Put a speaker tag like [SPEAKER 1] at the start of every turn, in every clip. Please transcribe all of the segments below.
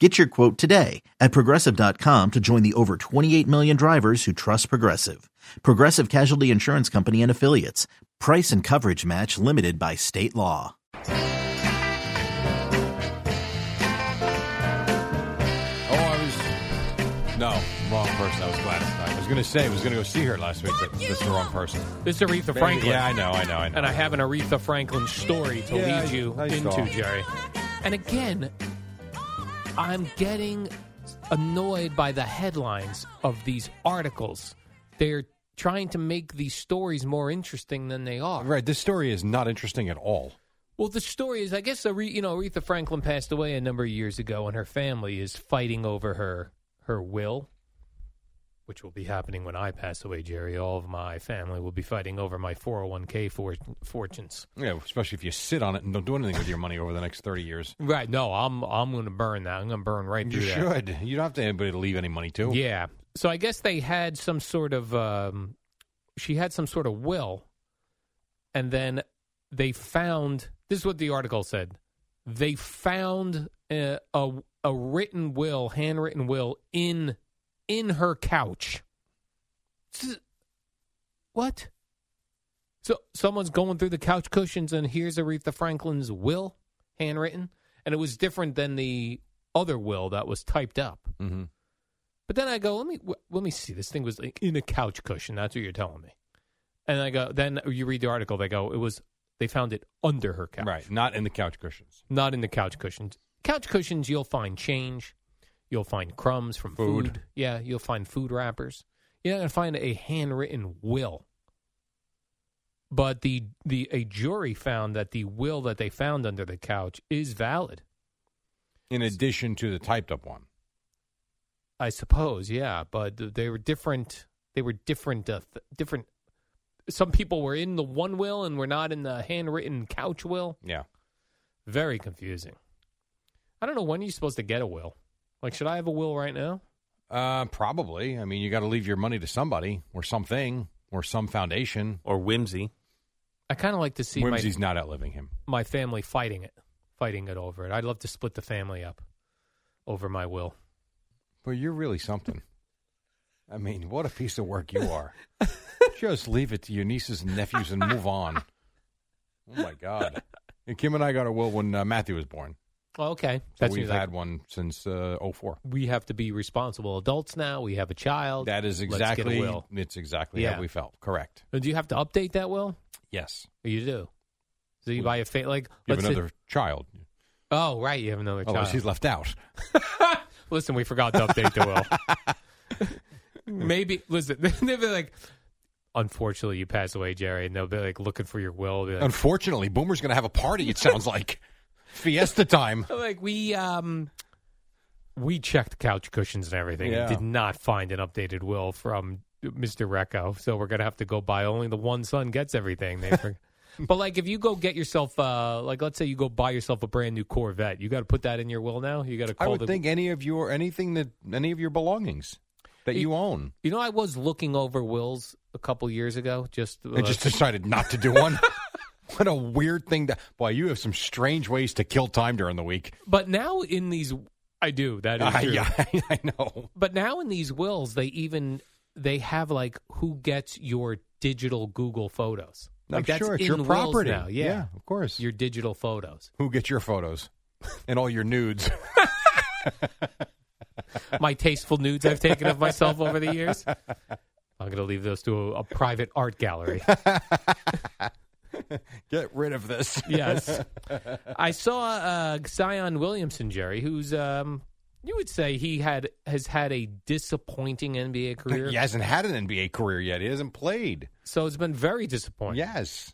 [SPEAKER 1] Get your quote today at progressive.com to join the over 28 million drivers who trust Progressive. Progressive Casualty Insurance Company and Affiliates. Price and coverage match limited by state law.
[SPEAKER 2] Oh, I was. No, wrong person. I was Gladys Knight. I was going to say, I was going to go see her last week, but it's the wrong person.
[SPEAKER 3] This is Aretha Franklin.
[SPEAKER 2] Yeah, I know, I know, I know.
[SPEAKER 3] And I have an Aretha Franklin story to
[SPEAKER 2] Yeah,
[SPEAKER 3] lead
[SPEAKER 2] I-
[SPEAKER 3] you
[SPEAKER 2] I
[SPEAKER 3] into,
[SPEAKER 2] saw.
[SPEAKER 3] Jerry. And again, I'm getting annoyed by the headlines of these articles. They're trying to make these stories more interesting than they are.
[SPEAKER 2] Right, this story is not interesting at all.
[SPEAKER 3] Well, the story is, I guess, Are- you know, Aretha Franklin passed away a number of years ago, and her family is fighting over her her will, which will be happening when I pass away, Jerry. All of my family will be fighting over my 401k for, fortunes.
[SPEAKER 2] Yeah, especially if you sit on it and don't do anything with your money over the next 30 years.
[SPEAKER 3] Right? No, I'm I'm going to burn that. I'm going to burn right
[SPEAKER 2] You
[SPEAKER 3] through that.
[SPEAKER 2] should. You don't have to have anybody to leave any money to.
[SPEAKER 3] Yeah. So I guess they had some sort of um, she had some sort of will, and then they found this is what the article said. They found uh, a a written will, handwritten will in in her couch. S- What? So someone's going through the couch cushions and here's Aretha Franklin's will, handwritten, and it was different than the other will that was typed up.
[SPEAKER 2] Mm-hmm.
[SPEAKER 3] But then I go, let me w- let me see. This thing was like in a couch cushion. That's what you're telling me. And I go, then you read the article. They go, it was they found it under her couch,
[SPEAKER 2] Right, not in the couch cushions.
[SPEAKER 3] Not in the couch cushions. Couch cushions, you'll find change, you'll find crumbs from
[SPEAKER 2] Food.
[SPEAKER 3] food. Yeah, you'll find food wrappers. You're not gonna find a handwritten will. But the the a jury found that the will that they found under the couch is valid.
[SPEAKER 2] In addition to the typed up one.
[SPEAKER 3] I suppose, yeah, but th- they were different. They were different. Uh, th- different. Some people were in the one will and were not in the handwritten couch will.
[SPEAKER 2] Yeah.
[SPEAKER 3] Very confusing. I don't know when you're supposed to get a will. Like, should I have a will right now?
[SPEAKER 2] Uh, probably. I mean, you got to leave your money to somebody or something or some foundation.
[SPEAKER 4] or whimsy.
[SPEAKER 3] I kind of like to see my,
[SPEAKER 2] Whimsy's not outliving him.
[SPEAKER 3] my family fighting it, fighting it over it. I'd love to split the family up over my will.
[SPEAKER 2] But you're really something. I mean, what a piece of work you are. Just leave it to your nieces and nephews and move on. Oh my God! And Kim and I got a will when uh, Matthew was born.
[SPEAKER 3] Oh, okay,
[SPEAKER 2] So
[SPEAKER 3] that's
[SPEAKER 2] we've
[SPEAKER 3] like,
[SPEAKER 2] had one since uh, 04.
[SPEAKER 3] we have to be responsible adults now. We have a child.
[SPEAKER 2] That is
[SPEAKER 3] Let's get a
[SPEAKER 2] exactly
[SPEAKER 3] will.
[SPEAKER 2] it's exactly
[SPEAKER 3] Yeah.
[SPEAKER 2] how we felt. Correct.
[SPEAKER 3] Do you have to update that will?
[SPEAKER 2] Yes.
[SPEAKER 3] You do. So you buy a fa- like
[SPEAKER 2] You have
[SPEAKER 3] let's say-
[SPEAKER 2] another child.
[SPEAKER 3] oh right, you have another
[SPEAKER 2] Otherwise,
[SPEAKER 3] child.
[SPEAKER 2] he's left out.
[SPEAKER 3] Listen, we forgot to update the will. Maybe listen, they'll be like, unfortunately, you pass away, Jerry, and they'll be like looking for your will. Be like,
[SPEAKER 2] Unfortunately, Boomer's going to have a party. It sounds like fiesta time.
[SPEAKER 3] like we um we checked couch cushions and everything,
[SPEAKER 2] Yeah.
[SPEAKER 3] and did not find an updated will from Mr. Recco, so we're gonna have to go by only the one son gets everything. They for- But like, if you go get yourself, uh, like, let's say you go buy yourself a brand new Corvette, you got to put that in your will now. You got to
[SPEAKER 2] I
[SPEAKER 3] call
[SPEAKER 2] would
[SPEAKER 3] the
[SPEAKER 2] think any of your anything that any of your belongings that
[SPEAKER 3] It-
[SPEAKER 2] you own.
[SPEAKER 3] You know, I was looking over wills a couple years ago. Just, uh,
[SPEAKER 2] I just decided not to do one. What a weird thing to. Boy, you have some strange ways to kill time during the week.
[SPEAKER 3] But now in these, I do. That is
[SPEAKER 2] Uh,
[SPEAKER 3] true.
[SPEAKER 2] yeah, I know.
[SPEAKER 3] But now in these wills, they even they have like who gets your digital Google photos. Like
[SPEAKER 2] I'm
[SPEAKER 3] that's
[SPEAKER 2] sure it's
[SPEAKER 3] in
[SPEAKER 2] your
[SPEAKER 3] wills
[SPEAKER 2] property.
[SPEAKER 3] now. Yeah.
[SPEAKER 2] of course.
[SPEAKER 3] your digital photos.
[SPEAKER 2] Who gets your photos and all your nudes?
[SPEAKER 3] My tasteful nudes I've taken of myself over the years. I'm going to leave those to a, a private art gallery.
[SPEAKER 2] Get rid of this.
[SPEAKER 3] Yes. I saw uh, Zion Williamson, Jerry, who's um, you would say he had has had a disappointing NBA career.
[SPEAKER 2] He hasn't had an NBA career yet. He hasn't played.
[SPEAKER 3] So it's been very disappointing.
[SPEAKER 2] Yes.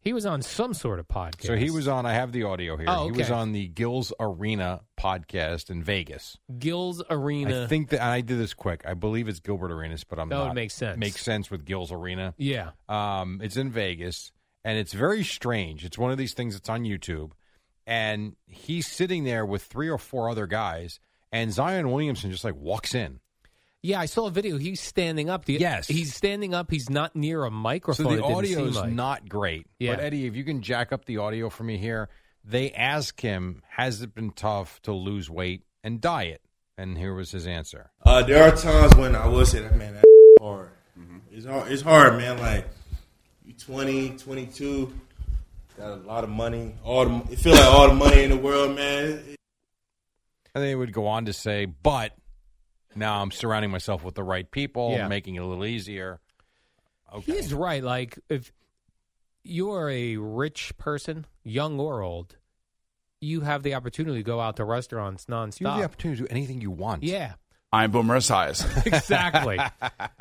[SPEAKER 3] He was on some sort of podcast.
[SPEAKER 2] So he was on. I have the audio here.
[SPEAKER 3] Oh,
[SPEAKER 2] He was
[SPEAKER 3] okay.
[SPEAKER 2] on the Gills Arena podcast in Vegas.
[SPEAKER 3] Gills Arena.
[SPEAKER 2] I think that and I did this quick. I believe it's Gilbert Arenas, but I'm
[SPEAKER 3] That
[SPEAKER 2] not.
[SPEAKER 3] would make Oh, sense.
[SPEAKER 2] Makes sense with Gills Arena.
[SPEAKER 3] yeah.
[SPEAKER 2] Um, it's in Vegas, and it's very strange. It's one of these things that's on YouTube, and he's sitting there with three or four other guys, and Zion Williamson just like walks in.
[SPEAKER 3] Yeah, I saw a video. He's standing up. The,
[SPEAKER 2] Yes.
[SPEAKER 3] He's standing up. He's not near a microphone.
[SPEAKER 2] So
[SPEAKER 3] it
[SPEAKER 2] the
[SPEAKER 3] didn't
[SPEAKER 2] audio
[SPEAKER 3] seem
[SPEAKER 2] is
[SPEAKER 3] like.
[SPEAKER 2] not great.
[SPEAKER 3] Yeah.
[SPEAKER 2] But Eddie, if you can jack up the audio for me here, they ask him, "Has it been tough to lose weight and diet?" And here was his answer.
[SPEAKER 4] Uh, there are times when I will say that, man, that's hard. It's hard. It's hard, man. Like you 20, 22, got a lot of money. All the, it feel like all the money in the world, man.
[SPEAKER 2] And they would go on to say, "But now I'm surrounding myself with the right people,
[SPEAKER 3] Yeah.
[SPEAKER 2] making it a little easier." Okay.
[SPEAKER 3] He's right. Like if you're a rich person, young or old, you have the opportunity to go out to restaurants
[SPEAKER 2] You have the
[SPEAKER 3] nonstop.
[SPEAKER 2] opportunity to do anything you want.
[SPEAKER 3] Yeah,
[SPEAKER 5] I'm Boomer Esiason.
[SPEAKER 3] exactly.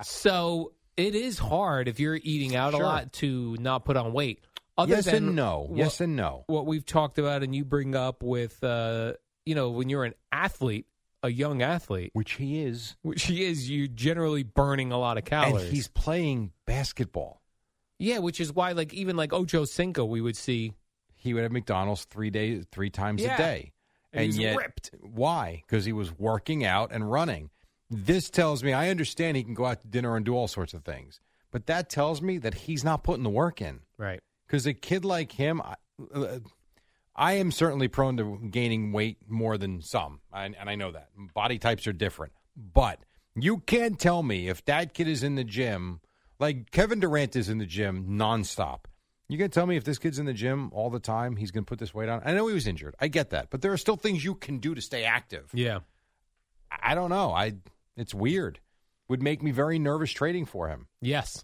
[SPEAKER 3] so it is hard if you're eating out
[SPEAKER 2] Sure.
[SPEAKER 3] a lot to not put on weight. Other
[SPEAKER 2] yes
[SPEAKER 3] than
[SPEAKER 2] and no.
[SPEAKER 3] what-
[SPEAKER 2] yes and no.
[SPEAKER 3] what we've talked about and you bring up with uh, you know when you're an athlete, a young athlete,
[SPEAKER 2] Which he is.
[SPEAKER 3] which he is, you're generally burning a lot of calories.
[SPEAKER 2] And he's playing basketball.
[SPEAKER 3] yeah, which is why like even like Ocho Cinco, we would see
[SPEAKER 2] He would have McDonald's three days, three times
[SPEAKER 3] Yeah.
[SPEAKER 2] a day.
[SPEAKER 3] And he was
[SPEAKER 2] yet,
[SPEAKER 3] ripped.
[SPEAKER 2] why? Because he was working out and running. This tells me I understand he can go out to dinner and do all sorts of things, but that tells me that he's not putting the work in.
[SPEAKER 3] right.
[SPEAKER 2] Because a kid like him, I, uh, I am certainly prone to gaining weight more than some, and, and I know that body types are different. But you can't tell me if that kid is in the gym, like Kevin Durant is in the gym nonstop. You can tell me if this kid's in the gym all the time, he's going to put this weight on. I know he was injured. I get that, but there are still things you can do to stay active.
[SPEAKER 3] Yeah.
[SPEAKER 2] I I don't know. I it's weird. Would make me very nervous trading for him.
[SPEAKER 3] Yes.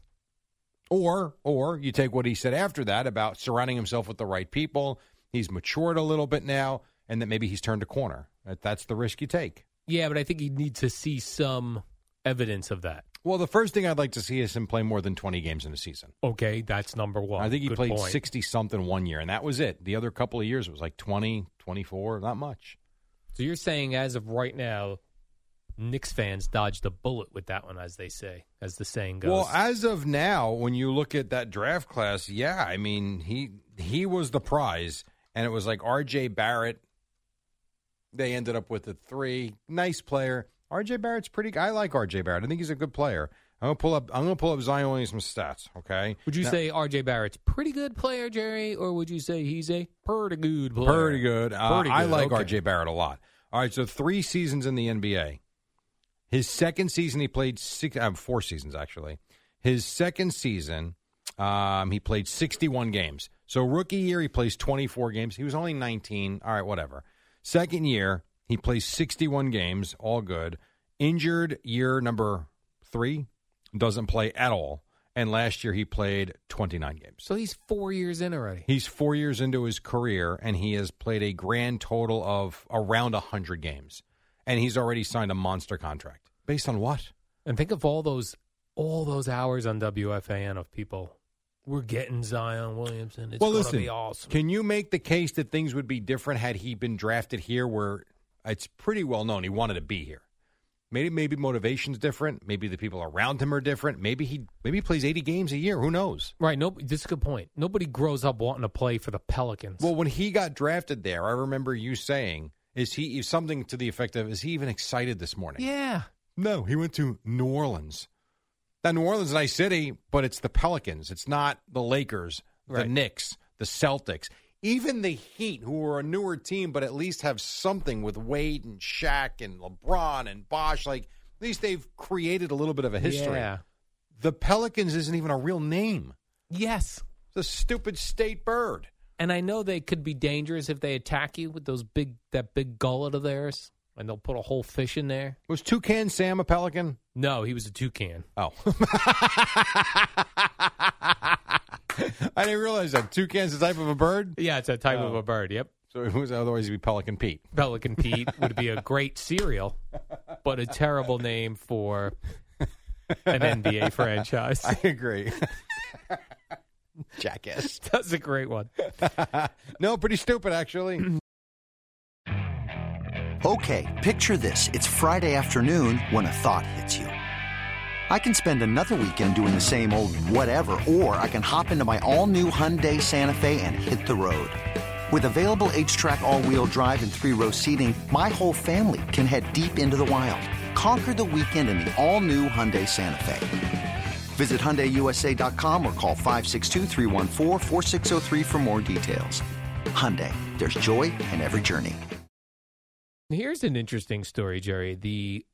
[SPEAKER 2] Or or you take what he said after that about surrounding himself with the right people. He's matured a little bit now, and that maybe he's turned a corner. That- That's the risk you take.
[SPEAKER 3] Yeah, but I think he needs to see some evidence of that.
[SPEAKER 2] Well, the first thing I'd like to see is him play more than twenty games in a season.
[SPEAKER 3] Okay, that's number one.
[SPEAKER 2] I think he
[SPEAKER 3] Good
[SPEAKER 2] played
[SPEAKER 3] point.
[SPEAKER 2] 60 something one year, and that was it. The other couple of years, it was like 20, 24, not much.
[SPEAKER 3] So you're saying as of right now, Knicks fans dodged a bullet with that one, as they say, as the saying goes.
[SPEAKER 2] Well, as of now, when you look at that draft class, yeah, I mean he he was the prize, and it was like R.J. Barrett. They ended up with a three, nice player. R.J. Barrett's pretty. I like R.J. Barrett. I think he's a good player. I'm gonna pull up. I'm gonna pull up Zion Williamson's stats. Okay,
[SPEAKER 3] would you
[SPEAKER 2] Now-
[SPEAKER 3] say R.J. Barrett's pretty good player, Jerry, or would you say he's a pretty good player?
[SPEAKER 2] pretty good? Uh,
[SPEAKER 3] Pretty
[SPEAKER 2] I
[SPEAKER 3] good,
[SPEAKER 2] like
[SPEAKER 3] okay.
[SPEAKER 2] R.J. Barrett a lot. All right, so three seasons in the NBA. His second season, he played six, um, four seasons actually. His second season, um, he played 61 games. So rookie year, he plays 24 games. He was only 19. All right, whatever. Second year, he plays 61 games, all good. Injured year number three, doesn't play at all. And last year, he played 29 games.
[SPEAKER 3] So he's four years in already.
[SPEAKER 2] He's four years into his career, and he has played a grand total of around 100 games. And he's already signed a monster contract. Based on what?
[SPEAKER 3] And think of all those all those hours on WFAN of people. We're getting Zion Williamson. It's gonna be awesome.
[SPEAKER 2] can you make the case that things would be different had he been drafted here where it's pretty well known he wanted to be here? Maybe maybe motivation's different. Maybe the people around him are different. Maybe he maybe he plays 80 games a year. Who knows?
[SPEAKER 3] Right. No, this is a good point. Nobody grows up wanting to play for the Pelicans.
[SPEAKER 2] Well, when he got drafted there, I remember you saying, "Is he something to the effect of Is he even excited this morning?"
[SPEAKER 3] yeah.
[SPEAKER 2] No, he went to New Orleans. Now, New Orleans is a nice city, but it's the Pelicans. It's not the Lakers, the
[SPEAKER 3] Right.
[SPEAKER 2] Knicks, the the Celtics, even the Heat, who are a newer team, but at least have something with Wade and Shaq and LeBron and Bosch. Like, at least they've created a little bit of a history.
[SPEAKER 3] Yeah.
[SPEAKER 2] The Pelicans isn't even a real name.
[SPEAKER 3] Yes.
[SPEAKER 2] It's a stupid state bird.
[SPEAKER 3] And I know they could be dangerous if they attack you with those big that big gullet of theirs, and they'll put a whole fish in there.
[SPEAKER 2] Was Toucan Sam a Pelican?
[SPEAKER 3] No, he was a toucan.
[SPEAKER 2] Oh. I didn't realize that. Toucan's the type of a bird.
[SPEAKER 3] Yeah, it's a type
[SPEAKER 2] of
[SPEAKER 3] of
[SPEAKER 2] a
[SPEAKER 3] a bird. Yep,
[SPEAKER 2] So it was otherwise it'd be Pelican Pete.
[SPEAKER 3] Pelican Pete would be a great cereal, but a terrible name for an NBA franchise.
[SPEAKER 2] I agree. Jackass.
[SPEAKER 3] That's a great one.
[SPEAKER 2] No, pretty stupid actually.
[SPEAKER 5] Okay, picture this. It's Friday afternoon when a thought hits you. I can spend another weekend doing the same old whatever, or I can hop into my all new Hyundai Santa Fe and hit the road. With available H track, all wheel drive, and three row seating, my whole family can head deep into the wild. Conquer the weekend in the all new Hyundai Santa Fe. Visit HyundaiUSA.com or call 562-314-4603 for more details. Hyundai, there's joy in every journey.
[SPEAKER 3] Here's an interesting story, Jerry. The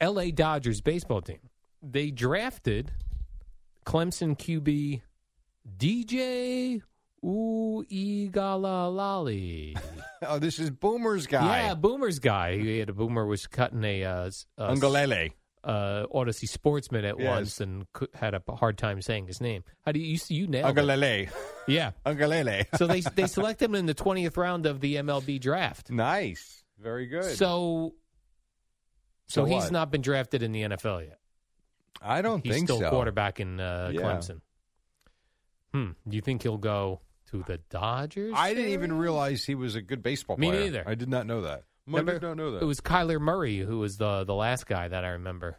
[SPEAKER 3] L.A. Dodgers baseball team they drafted Clemson QB DJ Uigalalali.
[SPEAKER 2] oh, this is Boomer's guy.
[SPEAKER 3] Yeah, Boomer's guy. He had a Boomer was cutting a, uh, s- a s-
[SPEAKER 2] Ungalele.
[SPEAKER 3] uh, Odyssey sportsman at
[SPEAKER 2] Yes.
[SPEAKER 3] once and cou- had a hard time saying his name. How do you you, s- you nailed it?
[SPEAKER 2] Ungalele.
[SPEAKER 3] Yeah.
[SPEAKER 2] Ungalele.
[SPEAKER 3] So they they select him in the twentieth round of the MLB draft.
[SPEAKER 2] Nice. Very good.
[SPEAKER 3] So so,
[SPEAKER 2] So
[SPEAKER 3] he's
[SPEAKER 2] what?
[SPEAKER 3] not been drafted in the NFL yet.
[SPEAKER 2] I don't
[SPEAKER 3] He's
[SPEAKER 2] think
[SPEAKER 3] still
[SPEAKER 2] so.
[SPEAKER 3] quarterback in uh,
[SPEAKER 2] Yeah.
[SPEAKER 3] Clemson. Hmm. Do you think he'll go to the Dodgers?
[SPEAKER 2] I didn't even
[SPEAKER 3] Jerry?
[SPEAKER 2] realize he was a good baseball
[SPEAKER 3] Me
[SPEAKER 2] player.
[SPEAKER 3] neither.
[SPEAKER 2] I did not know that. I did not know that.
[SPEAKER 3] It was Kyler Murray who was the the last guy that I remember.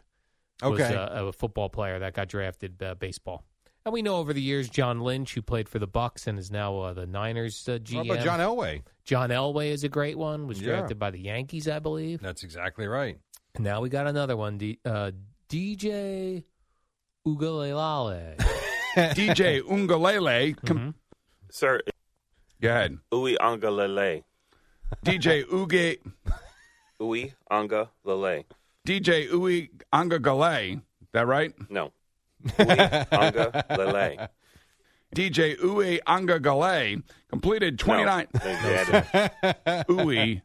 [SPEAKER 3] was uh,
[SPEAKER 2] okay.
[SPEAKER 3] a, a football player that got drafted uh, baseball. And we know over the years John Lynch, who played for the Bucks and is now uh, the Niners uh,
[SPEAKER 2] How
[SPEAKER 3] GM.
[SPEAKER 2] about John Elway?
[SPEAKER 3] John Elway is a great one. Was
[SPEAKER 2] Yeah.
[SPEAKER 3] drafted by the Yankees, I believe.
[SPEAKER 2] That's exactly right.
[SPEAKER 3] And now we got another one, D- uh, DJ Ugalelale.
[SPEAKER 6] DJ Ungalele. Com-
[SPEAKER 7] Sir,
[SPEAKER 6] Go ahead.
[SPEAKER 7] Ui Anga Lele.
[SPEAKER 6] DJ Uge,
[SPEAKER 7] Ui Anga Lele.
[SPEAKER 6] DJ Ui Angagale. That right?
[SPEAKER 7] No. Ui Anga Lele.
[SPEAKER 6] DJ Ui Angagale completed 29.
[SPEAKER 7] No. They added
[SPEAKER 6] Ui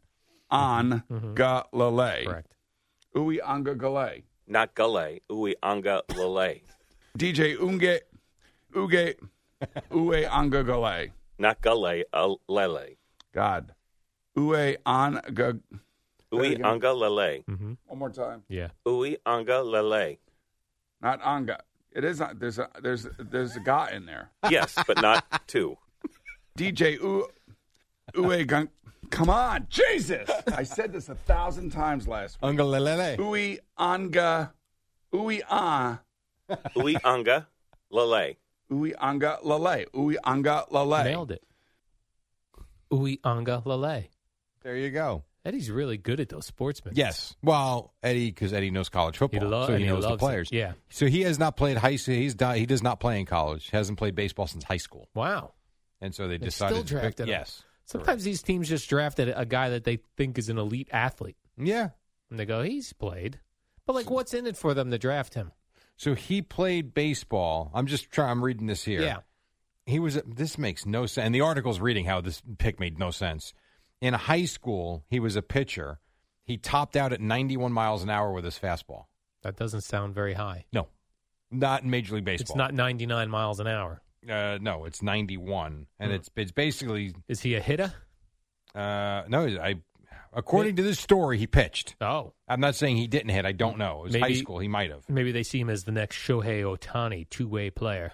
[SPEAKER 6] Angalale.
[SPEAKER 3] Correct.
[SPEAKER 6] Ui Angagale.
[SPEAKER 7] Not Gale. Ui Anga Lele.
[SPEAKER 6] DJ Unge, Uge, Ue Angagale.
[SPEAKER 7] Not Gale. uh, Lele.
[SPEAKER 6] God. Ue Anga.
[SPEAKER 7] Ui Anga Lele.
[SPEAKER 6] One more time.
[SPEAKER 3] Yeah.
[SPEAKER 7] Ui Anga Lele.
[SPEAKER 6] Not Anga. It is not. There's a, there's, there's a ga in there.
[SPEAKER 7] Yes, but not two.
[SPEAKER 6] DJ U Ue Gun. Come on, Jesus! I said this a thousand times last week.
[SPEAKER 2] Ungalele.
[SPEAKER 6] Ui anga, ui ah,
[SPEAKER 7] Ui Anga Lele.
[SPEAKER 6] ui anga lale, ui anga lale.
[SPEAKER 3] Nailed it. Ui Anga Lale.
[SPEAKER 2] There you go.
[SPEAKER 3] Eddie's really good at those sportsmen.
[SPEAKER 2] Yes. Well, Eddie, because Eddie knows college football,
[SPEAKER 3] lo-
[SPEAKER 2] so
[SPEAKER 3] and
[SPEAKER 2] he
[SPEAKER 3] he
[SPEAKER 2] knows the
[SPEAKER 3] loves it.
[SPEAKER 2] players.
[SPEAKER 3] Yeah.
[SPEAKER 2] So he has not played high. school. He's di- he does not play in college. Hasn't played baseball since high school,
[SPEAKER 3] Wow.
[SPEAKER 2] and so they,
[SPEAKER 3] They
[SPEAKER 2] decided.
[SPEAKER 3] still
[SPEAKER 2] to pick-
[SPEAKER 3] drafted him.
[SPEAKER 2] yes.
[SPEAKER 3] Sometimes these teams just drafted a guy that they think is an elite athlete.
[SPEAKER 2] Yeah.
[SPEAKER 3] And they go, he's played. But, like, what's in it for them to draft him?
[SPEAKER 2] So he played baseball. I'm just trying. I'm reading this here.
[SPEAKER 3] Yeah.
[SPEAKER 2] He was. This makes no sense. And the article's reading how this pick made no sense. In high school, he was a pitcher. He topped out at 91 miles an hour with his fastball.
[SPEAKER 3] That doesn't sound very high.
[SPEAKER 2] No, not in Major League
[SPEAKER 3] It's
[SPEAKER 2] Baseball.
[SPEAKER 3] not 99 miles an hour.
[SPEAKER 2] Uh, no, it's 91, and
[SPEAKER 3] Hmm.
[SPEAKER 2] it's it's basically
[SPEAKER 3] Is he a hitter?
[SPEAKER 2] Uh, no, I. According to this story, he pitched.
[SPEAKER 3] Oh.
[SPEAKER 2] I'm not saying he didn't hit. I don't know. It was high
[SPEAKER 3] Maybe-
[SPEAKER 2] school. He might have.
[SPEAKER 3] Maybe they see him as the next Shohei Otani two way player.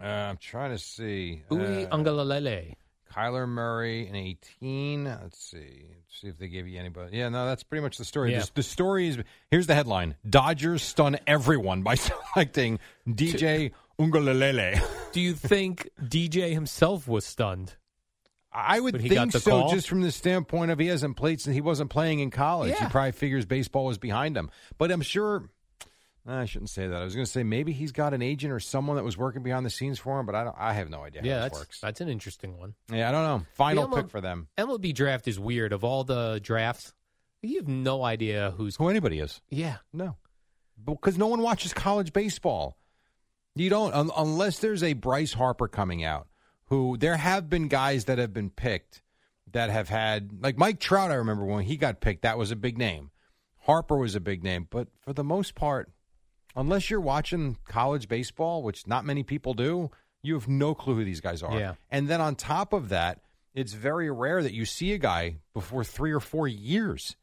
[SPEAKER 2] Uh, I'm trying to see.
[SPEAKER 3] Uli
[SPEAKER 2] Uh,
[SPEAKER 3] Angalalele.
[SPEAKER 2] Kyler Murray in 18. Let's see. Let's see if they give you anybody. Yeah, no, that's pretty much the story.
[SPEAKER 3] Yeah.
[SPEAKER 2] This- the story is here's the headline: Dodgers stun everyone by selecting DJ Ungalelele.
[SPEAKER 3] Do you think DJ himself was stunned?
[SPEAKER 2] I would
[SPEAKER 3] But he
[SPEAKER 2] think
[SPEAKER 3] got the
[SPEAKER 2] so,
[SPEAKER 3] call?
[SPEAKER 2] just from the standpoint of he hasn't played since he wasn't playing in college. He
[SPEAKER 3] Yeah.
[SPEAKER 2] probably figures baseball is behind him. But I'm sure, I shouldn't say that. I was going to say maybe he's got an agent or someone that was working behind the scenes for him, but I don't. I have no idea
[SPEAKER 3] yeah,
[SPEAKER 2] how this
[SPEAKER 3] that's
[SPEAKER 2] works.
[SPEAKER 3] that's an interesting one.
[SPEAKER 2] yeah, I don't know. Final
[SPEAKER 3] The ML
[SPEAKER 2] pick for them.
[SPEAKER 3] MLB draft is weird. Of all the drafts, you have no idea who's.
[SPEAKER 2] Who anybody is?
[SPEAKER 3] Yeah,
[SPEAKER 2] No, because no one watches college baseball. You don't un- unless there's a Bryce Harper coming out. Who there have been guys that have been picked that have had like Mike Trout. I remember when he got picked, that was a big name. Harper was a big name, but for the most part, unless you're watching college baseball, which not many people do, you have no clue who these guys are.
[SPEAKER 3] Yeah.
[SPEAKER 2] And then on top of that, it's very rare that you see a guy before three or four years.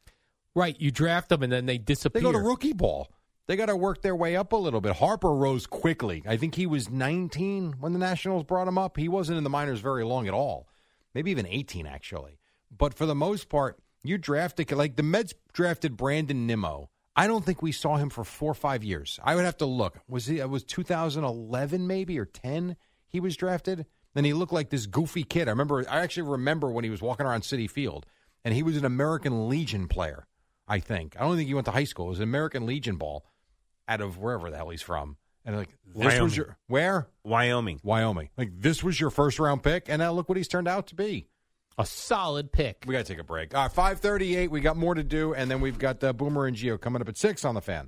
[SPEAKER 3] right. You draft them and then they disappear.
[SPEAKER 2] They go to rookie ball. They got to work their way up a little bit. Harper rose quickly. I think he was 19 when the Nationals brought him up. He wasn't in the minors very long at all, maybe even 18 actually. But for the most part, you drafted like the Mets drafted Brandon Nimmo. I don't think we saw him for four or five years. I would have to look. Was he? It was 2011 maybe or 10? He was drafted. Then he looked like this goofy kid. I remember. I actually remember when he was walking around City Field, and he was an American Legion player. I think. I don't think he went to high school. It was an American Legion ball out of wherever the hell he's from. And like this
[SPEAKER 7] Wyoming.
[SPEAKER 2] was your where
[SPEAKER 7] Wyoming.
[SPEAKER 2] Wyoming. Like this was your first round pick, and now look what he's turned out to be.
[SPEAKER 3] a solid pick.
[SPEAKER 2] We got to take a break. All right, five thirty eight. We got more to do, and then we've got uh, Boomer and Geo coming up at six on the fan.